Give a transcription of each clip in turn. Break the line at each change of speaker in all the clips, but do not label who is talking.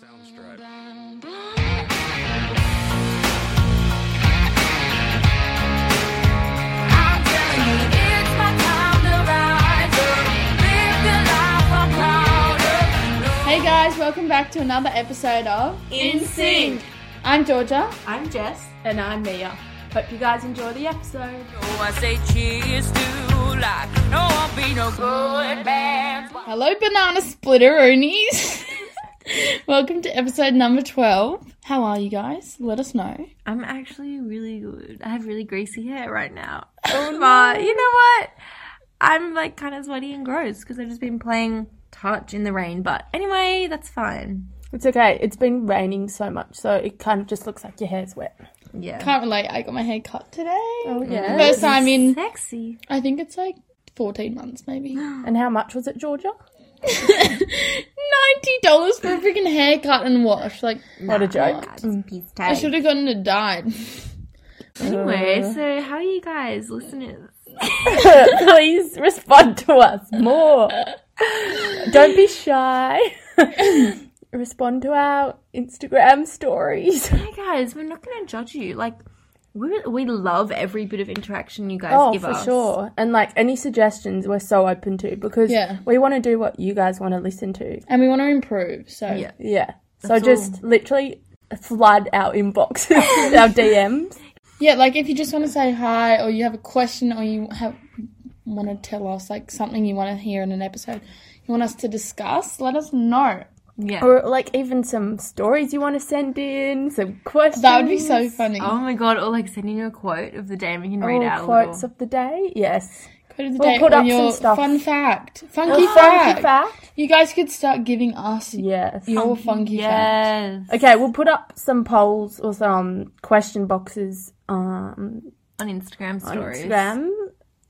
Let's drive.
Hey guys, welcome back to another episode of
In Sync.
I'm Georgia.
I'm Jess.
And I'm Mia.
Hope you guys enjoy the episode.
I say cheers to life. No won't be no good bad.
Hello, banana splitteroonies. welcome to episode number 12. How are you guys? Let us know.
I'm actually really good. I have really greasy hair right now. Oh my! You know what? I'm like kind of sweaty and gross because I've just been playing touch in the rain. But anyway, that's fine.
It's okay. It's been raining so much, so it kind of just looks like your hair's wet. Oh,
Yeah.
Can't relate, I got my hair cut today. Mm-hmm.
yeah.
First time in,
Sexy.
I think it's like 14 months maybe. $90
And how much was it, Georgia?
for a freaking haircut and wash. Like,
What a joke.
Peace
I should have gotten it dyed.
Anyway, so how are you guys, listeners?
Please respond to us more. Don't be shy. respond to our Instagram stories.
Hey guys, we're not going to judge you. Like, we we love every bit of interaction you guys
Oh,
give
for
us.
sure. And like any suggestions, we're so open to because
Yeah.
we want to do what you guys want to listen to.
And we want to improve, so.
Yeah.
Yeah. So just literally flood our inboxes, our DMs.
Yeah, like if you just want to say hi or you have a question or you have want to tell us like something you want to hear in an episode, you want us to discuss, let us know.
Yeah.
Or like even some stories you want to send in, some questions.
That would be so funny.
Oh my god, or like sending a quote of the day and we can read
All
out.
Oh, quotes of the day. Yes.
Quote of the
We'll
day
put
or
up some
your
stuff.
fun fact, funky
Funky
fact.
fact.
You guys could start giving us
Yes.
your funky fact.
Yes.
Okay, we'll put up some polls or some question boxes um,
On Instagram
on
stories.
Instagram.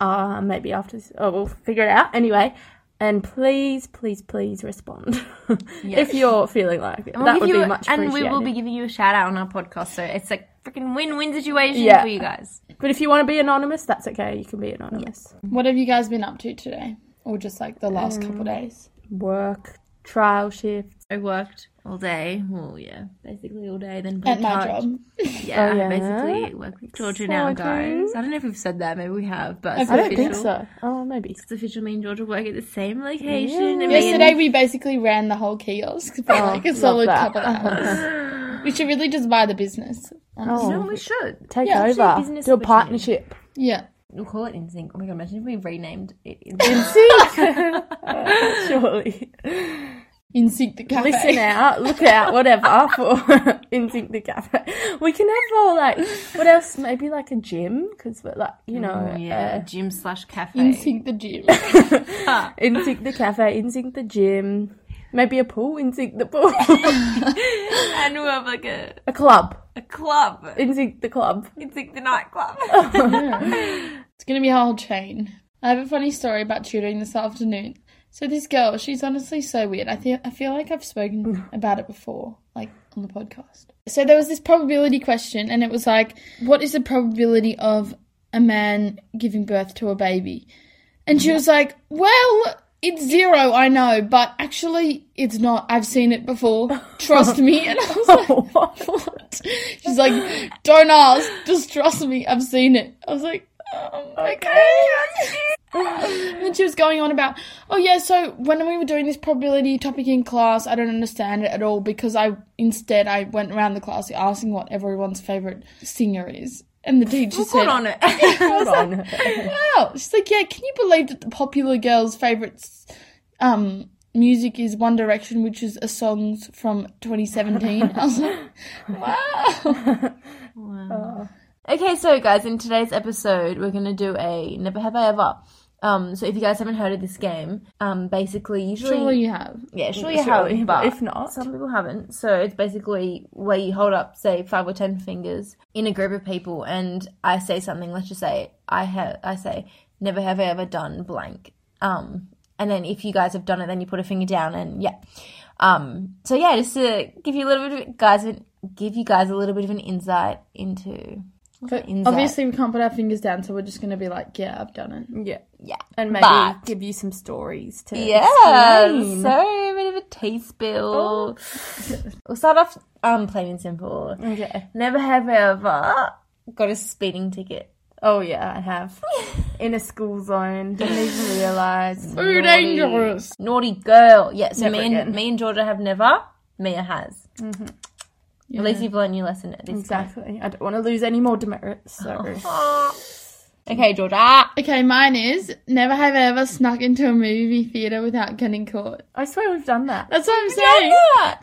Uh, maybe after this. Oh, we'll figure it out anyway. And please, please, please respond if you're feeling like it.
We'll
that
give
would
you
be
a-
much
And
appreciated.
we will be giving you a shout out on our podcast, so it's like freaking win win situation
Yeah.
for you guys.
But if you want to be anonymous, that's okay. You can be anonymous.
What have you guys been up to today? Or just like the last couple days?
Work, trial shift.
I worked all day. Well, yeah, basically all day. Then
At
played
my
touch.
job.
Yeah,
Oh, yeah.
basically worked with Georgia now,
Exciting.
guys. I don't know if we've said that. Maybe we have, but it's
I don't
official.
think so. Oh, maybe.
It's official. Me and Georgia work at the same location. and me and-
Yesterday we basically ran the whole kiosk for like a
Oh, love
solid
that.
couple hours. we should really just buy the business. honestly.
No, we should.
Oh, Take
Yeah,
actually a
over.
business
Do a
opportunity.
partnership.
Yeah.
We'll call it InSync. Oh my god, imagine if we renamed it
Surely.
In Sync the Cafe.
Listen eh. out, look out, whatever for in sync the cafe. We can have all like what else? Maybe like a gym because we're like you know
Oh, yeah, gym slash cafe.
In Sync the Gym.
uh, in sync the cafe, in sync the gym, maybe a pool, in sync the pool,
and we'll have like a,
a club,
a club.
in sync the club.
It's like the nightclub.
It's gonna be a whole chain. I have a funny story about tutoring this afternoon. So this girl, she's honestly so weird. I feel I feel like I've spoken about it before, like on the podcast. So there was this probability question, and it was like, what is the probability of a man giving birth to a baby? And she was like, well. It's zero, I know, but actually, it's not. I've seen it before. Trust me. And I was like, what? She's like, don't ask, just trust me, I've seen it. I was like, um, okay. and then she was going on about, oh yeah, so when we were doing this probability topic in class, I don't understand it at all because I instead I went around the class asking what everyone's favorite singer is, and the teacher said,
on it.
Hold on.
wow. She's like, yeah, can you believe that the popular girl's favorite um, music is One Direction, which is a songs from 2017? I was like, wow.
okay, so guys, in today's episode, we're gonna do a never have I ever. Um, so if you guys haven't heard of this game, um, basically usually
Sure you have.
yeah, sure you
Surely,
have,
but
but
if not-
some people haven't. So it's basically where you hold up, say five or ten fingers in a group of people, and I say something. Let's just say I have, I say, never have I ever done blank. Um, and then if you guys have done it, then you put a finger down, and yeah. Um, so yeah, just to give you a little bit of guys, give you guys a little bit of an insight into.
But
Insight.
obviously, we can't put our fingers down, so we're just going to be like, yeah, I've done it.
Yeah,
Yeah.
and maybe
But-
give you some stories to
Yeah,
explain. Oh.
so a bit of a tea spill. We'll start off um plain and simple.
Okay.
Never have I ever got a speeding ticket.
Oh yeah, I have. In a school zone, didn't even realize.
Mm.
Too dangerous.
Naughty girl. Yeah, so
Never
me and
again. Mm-hmm.
me and Georgia have never. Mia has. At least you've learned your lesson at this
Exactly. I don't want to lose any more demerits. So.
Oh. point. Okay, Georgia.
Okay, mine is never have I ever snuck into a movie theater without getting caught.
I swear we've done that.
That's what I'm saying.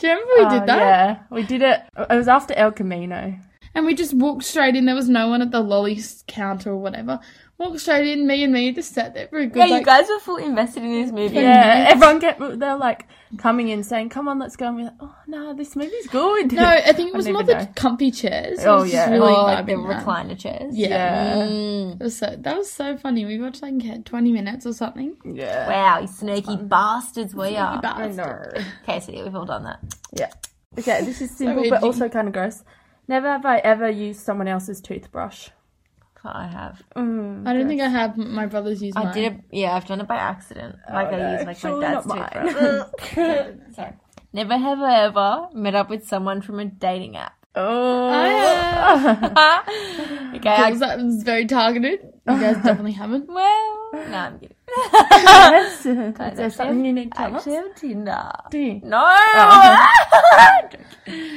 Do you remember we
Oh,
did that?
Yeah, we did it. It was after El Camino.
And we just walked straight in. There was no one at the lolly counter or whatever. Walked straight in. Me and me just sat there for a good
Yeah, you
like,
guys were full invested in this movie.
Yeah, everyone kept they're like coming in saying, "Come on, let's go." And we're like, "Oh no, this movie's good."
No, I think it was
I
more
never
the
know.
comfy chairs. It
Oh,
was just
yeah.
really
Oh, like the
vibing that.
recliner chairs.
Yeah.
Yeah.
Mm.
It was so, that was so funny. We watched like 20 minutes or something.
Yeah.
Wow, you sneaky bastards we are.
I
Bastard.
know.
Okay, so yeah, we've all done that.
Yeah. Okay, this is simple
weird.
but also kind of gross. Never have I ever used someone else's toothbrush.
I have.
I don't think I have. My brother's used mine.
I did it. Yeah, I've done it by accident. Like I
Oh, no.
used like
Surely
my dad's
not mine.
toothbrush. Sorry. Never have I ever met up with someone from a dating app.
Oh.
I have.
okay, I,
Was that was very targeted. You guys definitely haven't.
well, no, I'm kidding.
Yes. Is there
actually
something you need to
I
tell us?
actually have Tinder.
Do you?
No,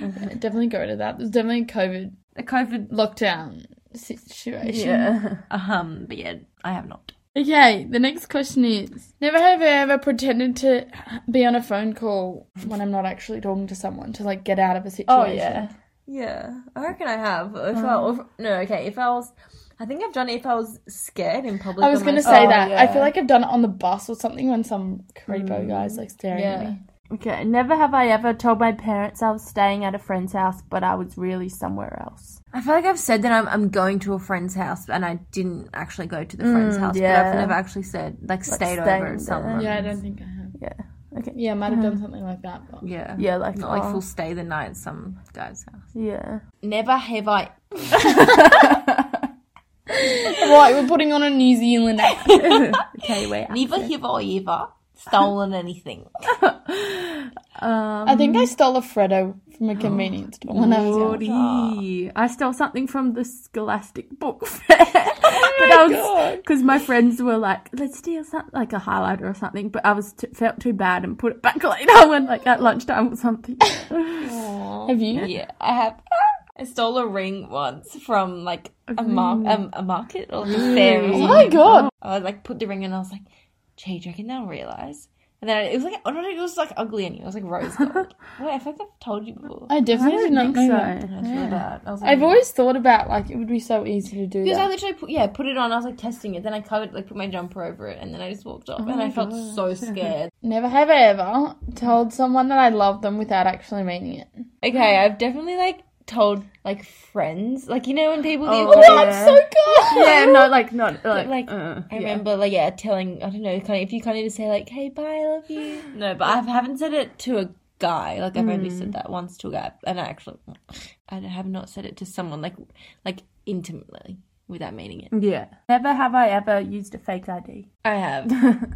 Definitely go to that. There's definitely a COVID
the COVID.
lockdown situation.
Yeah.
Um, but yeah, I have not.
Okay, the next question is Never have I ever pretended to be on a phone call when I'm not actually talking to someone to like get out of a situation.
Oh yeah.
Yeah, I reckon I have. If I, if, no, okay, if I was, I think I've done it if I was scared in public.
I was
by
gonna
myself.
say
Oh,
that. I
yeah. Mm.
feel like I've done it on the bus or something when some creepo guy's like staring at
Yeah.
me.
Okay. Never have I ever told my parents I was staying at a friend's house, but I was really somewhere else.
I feel like I've said that I'm, I'm going to a friend's house and I didn't actually go to the friend's house, but
yeah.
I've never actually said, like, stayed
staying
over
there.
at someone.
Yeah, I don't think I have.
Yeah. Okay.
Yeah, I might have done
Uh-huh.
something like that. But
Yeah.
Yeah, like,
Not like
oh.
full stay the night at some guy's house.
Yeah.
Never have I.
right, we're putting on a New Zealand accent.
Okay. Wait.
Never have I ever stolen anything.
I think I stole a Freddo from a convenience store when I was young.
Naughty. I stole something from the Scholastic Book Fair. but I was because my friends were like, "Let's steal something like a highlighter or something," but I was t- felt too bad and put it back later when like at lunchtime or something.
Have you?
yeah, I have. I stole a ring once from, like, a, mar- um, a market or like a fair or
Oh
something.
my god.
I like put the ring in and I was like, gee, do you reckon they'll realise? And then it was like, oh no, it was like ugly anyway. It was like rose gold. Wait, I think I've told you before.
I definitely did not know that.
so.
That's really bad. I was like,
I've always thought about like it would be so easy to do
because I
that.
literally put, yeah, put it on. I was like testing it. Then I covered, like put my jumper over it, and then I just walked off, and I felt so scared.
Never have I ever told someone that I love them without actually meaning it.
okay, I've definitely like told like friends, like you know when people do.
Oh,
Oh,
yeah. yeah, no, like not like.
Like,
uh,
I
yeah.
remember, like, yeah, telling, I don't know, kind of, if you kind of just say, like, hey, bye, I love you. No, but I haven't said it to a guy. Like, I've only said that once to a guy. And I actually, I have not said it to someone, like, like intimately without meaning it.
Yeah. Never have I ever used a fake ID.
I have.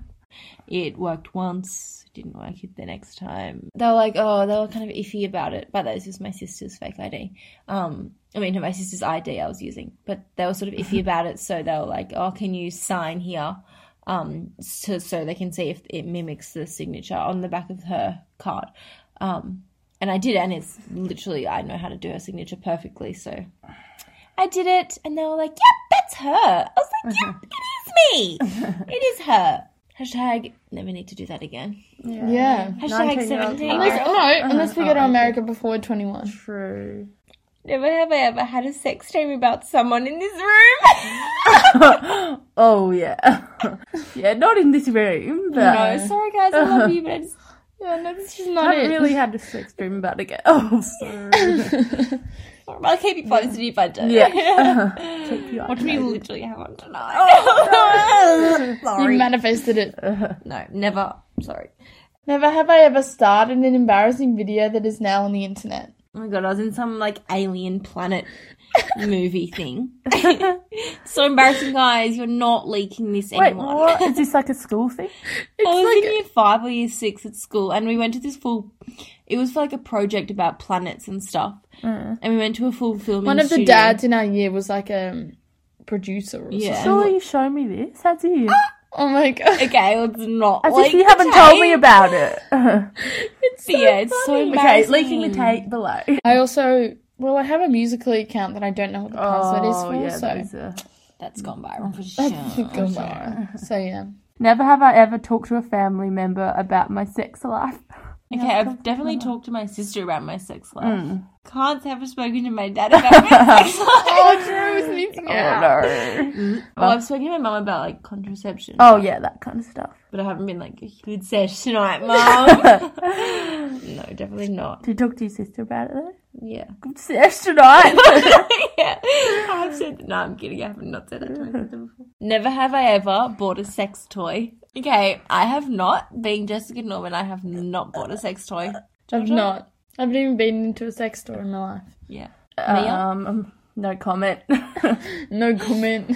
it worked once, it didn't work it the next time. They were like, oh, they were kind of iffy about it. But that was just my sister's fake ID. Um, I mean, my sister's ID I was using, but they were sort of iffy about it. So they were like, oh, can you sign here? Um, so, so they can see if it mimics the signature on the back of her card. Um, and I did, and it's literally, I know how to do her signature perfectly. So I did it, and they were like, yep, that's her. I was like, yep, it is me. It is her. Hashtag, never need to do that again.
Yeah. Uh-huh.
Hashtag
19-year-old
17.
Unless, no, unless we go to America before we're 21.
True.
Never have I ever had a sex dream about someone in this room.
Oh yeah. yeah, not in this room, but
no, sorry guys, I love you, but I just
Yeah, no, this is
I
not
haven't
it.
really had a sex dream about it. Oh, sorry.
I'll keep you posted if I do.
Yeah. Keep you
Watch me
updated.
literally have one tonight.
You
sorry.
manifested it.
Oh, no, never. Sorry.
Never have I ever starred in an embarrassing video that is now on the internet.
Oh my god, I was in some like alien planet movie thing. so embarrassing, guys. You're not leaking this
Wait,
anyone.
what? Is this like a school thing?
I was
like-
in year five or year six at school, and we went to this full. It was for like a project about planets and stuff,
Mm.
and we went to a full filming.
One of the
studio.
dads in our year was like a um, producer or
Yeah.
something.
Surely you show me this. How do you?
Oh my god.
Okay, it's not.
As
like
if you haven't told me about it.
It's yeah, it's so
okay,
embarrassing.
leaking the tape below.
I also, well, I have a Musical.ly account that I don't know what the password
Oh,
is for,
that
so.
is a-
That's gone viral for sure.
Good one. So yeah.
Never have I ever talked to a family member about my sex life.
Okay, I've definitely talked to my sister about my sex life.
Mm.
Can't say I've spoken to my dad about my sex life.
Oh, Drew is missing out.
Oh, no.
Well, I've spoken to my mum about like contraception,
oh, yeah, that kind of stuff.
but I haven't been like a good sesh tonight, mum. no, definitely not.
Did you talk to your sister about it though?
Yeah,
Good sex tonight.
yeah. I've said that. No, I'm kidding. I have not said that to my sister before. Never have I ever bought a sex toy. Okay, I have not. Being Jessica Norman, I have not bought a sex toy.
I've not. I haven't even been into a sex store in my life.
Yeah.
um, um, no comment.
No comment.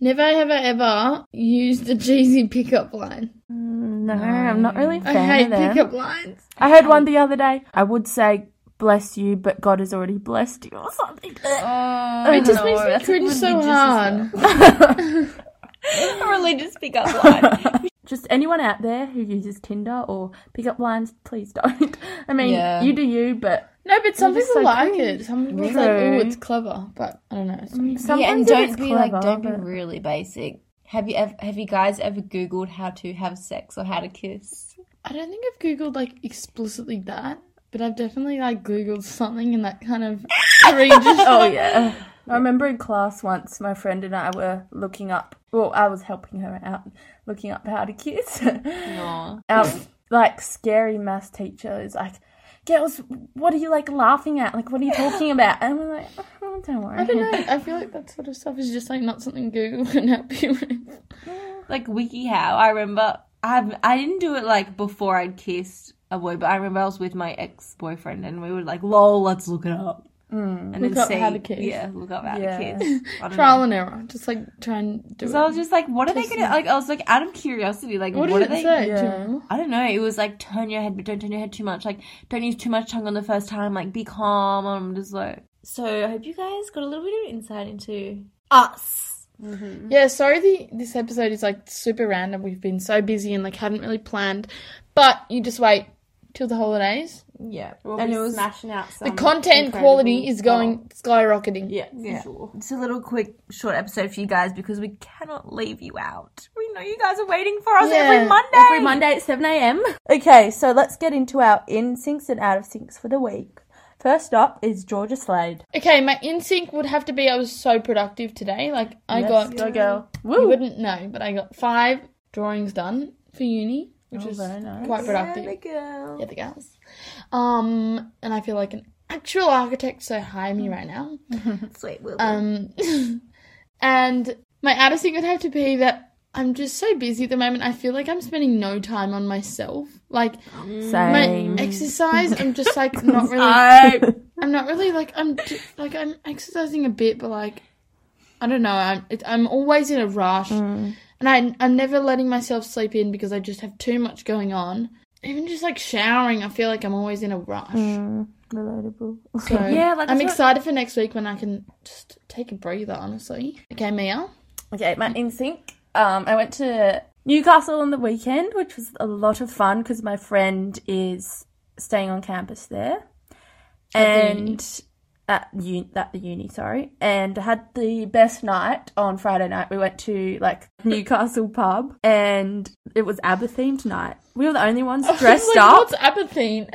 Never have I ever used the cheesy pickup line.
no, I'm not really a fan
I hate
of them.
pickup lines.
I heard one the other day. I would say bless you, but God has already blessed you or something.
It
no,
just makes me
that's
cringe so
religious as
hard.
A religious pickup line.
Just anyone out there who uses Tinder or pickup lines, please don't. I mean,
Yeah.
you do you, but
No, but some
just
people
so
like
cringe.
it. Some people
Really?
like, oh, it's clever, but I don't know. It's me.
sometimes
yeah, and
if
don't
it's
be
clever,
like, don't be
but-
really basic. Have you ever, have you guys ever Googled how to have sex or how to kiss?
I don't think I've googled like explicitly that, but I've definitely like googled something in that kind of outrageous.
Oh yeah. I remember in class once, my friend and I were looking up. Well, I was helping her out, looking up how to kiss.
No.
Our like scary maths teacher is like, "Girls, what are you like laughing at? Like, what are you talking about?" And we're like, oh, "Don't worry."
I don't know. I feel like that sort of stuff is just like not something Google can help you with.
Like WikiHow, I remember I I didn't do it like before I'd kissed a boy, but I remember I was with my ex boyfriend and we were like, "Lol, let's look it up." Mm. And
Look up how to kiss.
Yeah, look up how
Yeah.
to kiss. I don't
Trial
know.
and error. Just like try and do it.
So I was just like, "What are they gonna like?" I was like, out of curiosity, like,
what
what,
did
are
it
they?
say?
Yeah.
Do you remember?
I don't know. It was like turn your head, but don't turn your head too much. Like don't use too much tongue on the first time. Like be calm. I'm just like. So I hope you guys got a little bit of insight into us.
Yeah, sorry the this episode is like super random. We've been so busy and like haven't really planned. But you just wait till the holidays.
Yeah,
and it was smashing out some
The content
incredible-
quality is going skyrocketing.
Yeah, for
Yeah.
sure.
It's a little quick, short episode for you guys because we cannot leave you out. We know you guys are waiting for us
Yeah.
every Monday.
Every Monday at 7 a.m. Okay, so let's get into our in syncs and out of syncs for the week. First up is Georgia Slade.
Okay, my instinct would have to be I was so productive today. Like I got
go girl.
you wouldn't know, but I got five drawings done for uni, which is
very nice.
quite productive.
The girl.
Yeah, the girls. Um, and I feel like an actual architect, so hire me right now.
Sweet Wilbur.
Um, and my outer thing would have to be that I'm just so busy at the moment. I feel like I'm spending no time on myself. Like
Same.
my exercise, I'm just like not really. I'm not really like I'm j- like I'm exercising a bit, but like I don't know. I'm it, I'm always in a rush,
Mm.
and I I'm never letting myself sleep in because I just have too much going on. Even just like showering, I feel like I'm always in a rush.
Mm. Relatable.
So
Yeah, like,
I'm
that's what-
excited for next week when I can just take a breather. Honestly, okay, Mia.
Okay, my in sync. Um, I went to Newcastle on the weekend, which was a lot of fun because my friend is staying on campus there, and at uni, at the uni, sorry, and I had the best night on Friday night. We went to like Newcastle pub, and it was ABBA themed night. We were the only ones dressed
Like,
up.
What's apathy?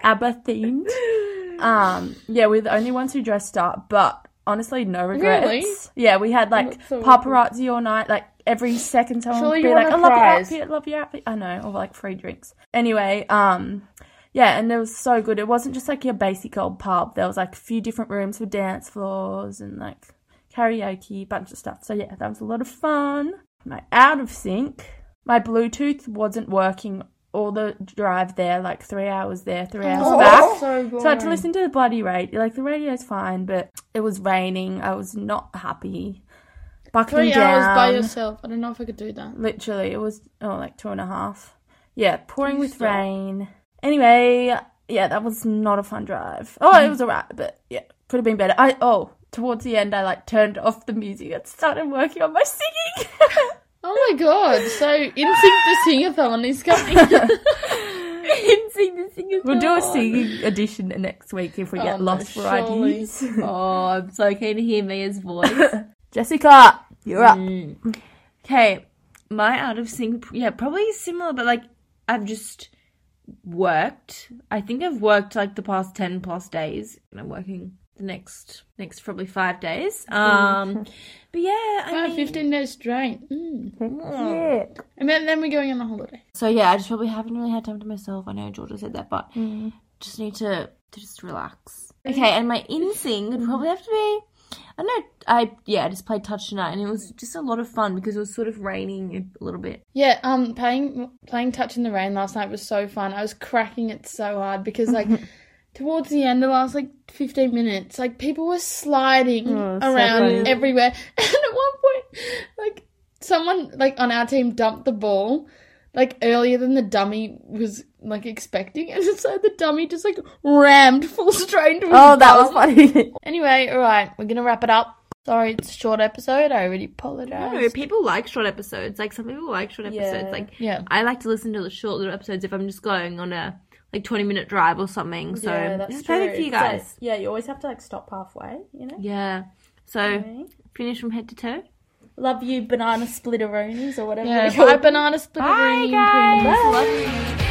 ABBA themed. Um, yeah, we're the only ones who dressed up, but honestly, no regrets.
Really?
Yeah, we had like
That's so
paparazzi all night, like every second someone
Surely
would be
you
like,
won
I
a
love your
prize."
outfit, love your outfit. I know, or like free drinks. Anyway, um, yeah, and it was so good. It wasn't just like your basic old pub. There was like a few different rooms for dance floors and like karaoke, bunch of stuff. So yeah, that was a lot of fun. My out of sync, my Bluetooth wasn't working all the drive there, like three hours there, three hours
Oh,
back.
that's so
So I had to
boring.
listen to the bloody radio. Like the radio's fine, but it was raining. I was not happy. Bucking
Three
down.
hours by yourself. I don't know if I could do that.
Literally, it was oh like two and a half. Yeah, pouring with rain. Anyway, yeah, that was not a fun drive. Oh, it was alright, but yeah, could have been better. I oh, towards the end, I like turned off the music and started working on my singing.
Oh my god! So InSync the Singathon is coming.
Insane the singer's
we'll do a
gone.
singing edition next week if we
Oh,
get
no,
lost for
surely.
ideas.
Oh, I'm so keen to hear Mia's voice.
Jessica, you're up.
Mm. Okay, my out of sync, yeah, probably similar, but like I've just worked. I think I've worked like the past ten plus days, and I'm working the next next probably five days. Um, but yeah, I
Wow,
mean,
Fifteen days straight. Mm.
Yeah.
And then, then we're going on a holiday.
so yeah, I just probably haven't really had time to myself. I know Georgia said that, but just need to to just relax. Okay, and my in sync would probably have to be. I know I yeah I just played touch tonight and it was just a lot of fun because it was sort of raining a little bit.
Yeah, um, playing playing Touch in the Rain last night was so fun. I was cracking it so hard because like towards the end, the last like fifteen minutes, like people were sliding
Oh, so
around
funny.
everywhere, and at one point, like someone like on our team dumped the ball. Like earlier than the dummy was like expecting, and so the dummy just like rammed full straight into his
Oh, that was
bum.
funny.
Anyway, all right, we're gonna wrap it up. Sorry, it's a short episode. I already
I
apologize.
don't know. People like short episodes. Like some people like short episodes.
Yeah.
Like
Yeah.
I like to listen to the short little episodes if I'm just going on a like 20 minute drive or something. So
yeah, that's
it's
true.
perfect for you
It's like-
guys.
yeah, you always have to like stop halfway, you know.
yeah. So
Okay.
finish from head to toe.
Love you, banana splitteroonies or whatever.
Yeah,
they call
buy
them.
banana split.
Bye guys. Love you.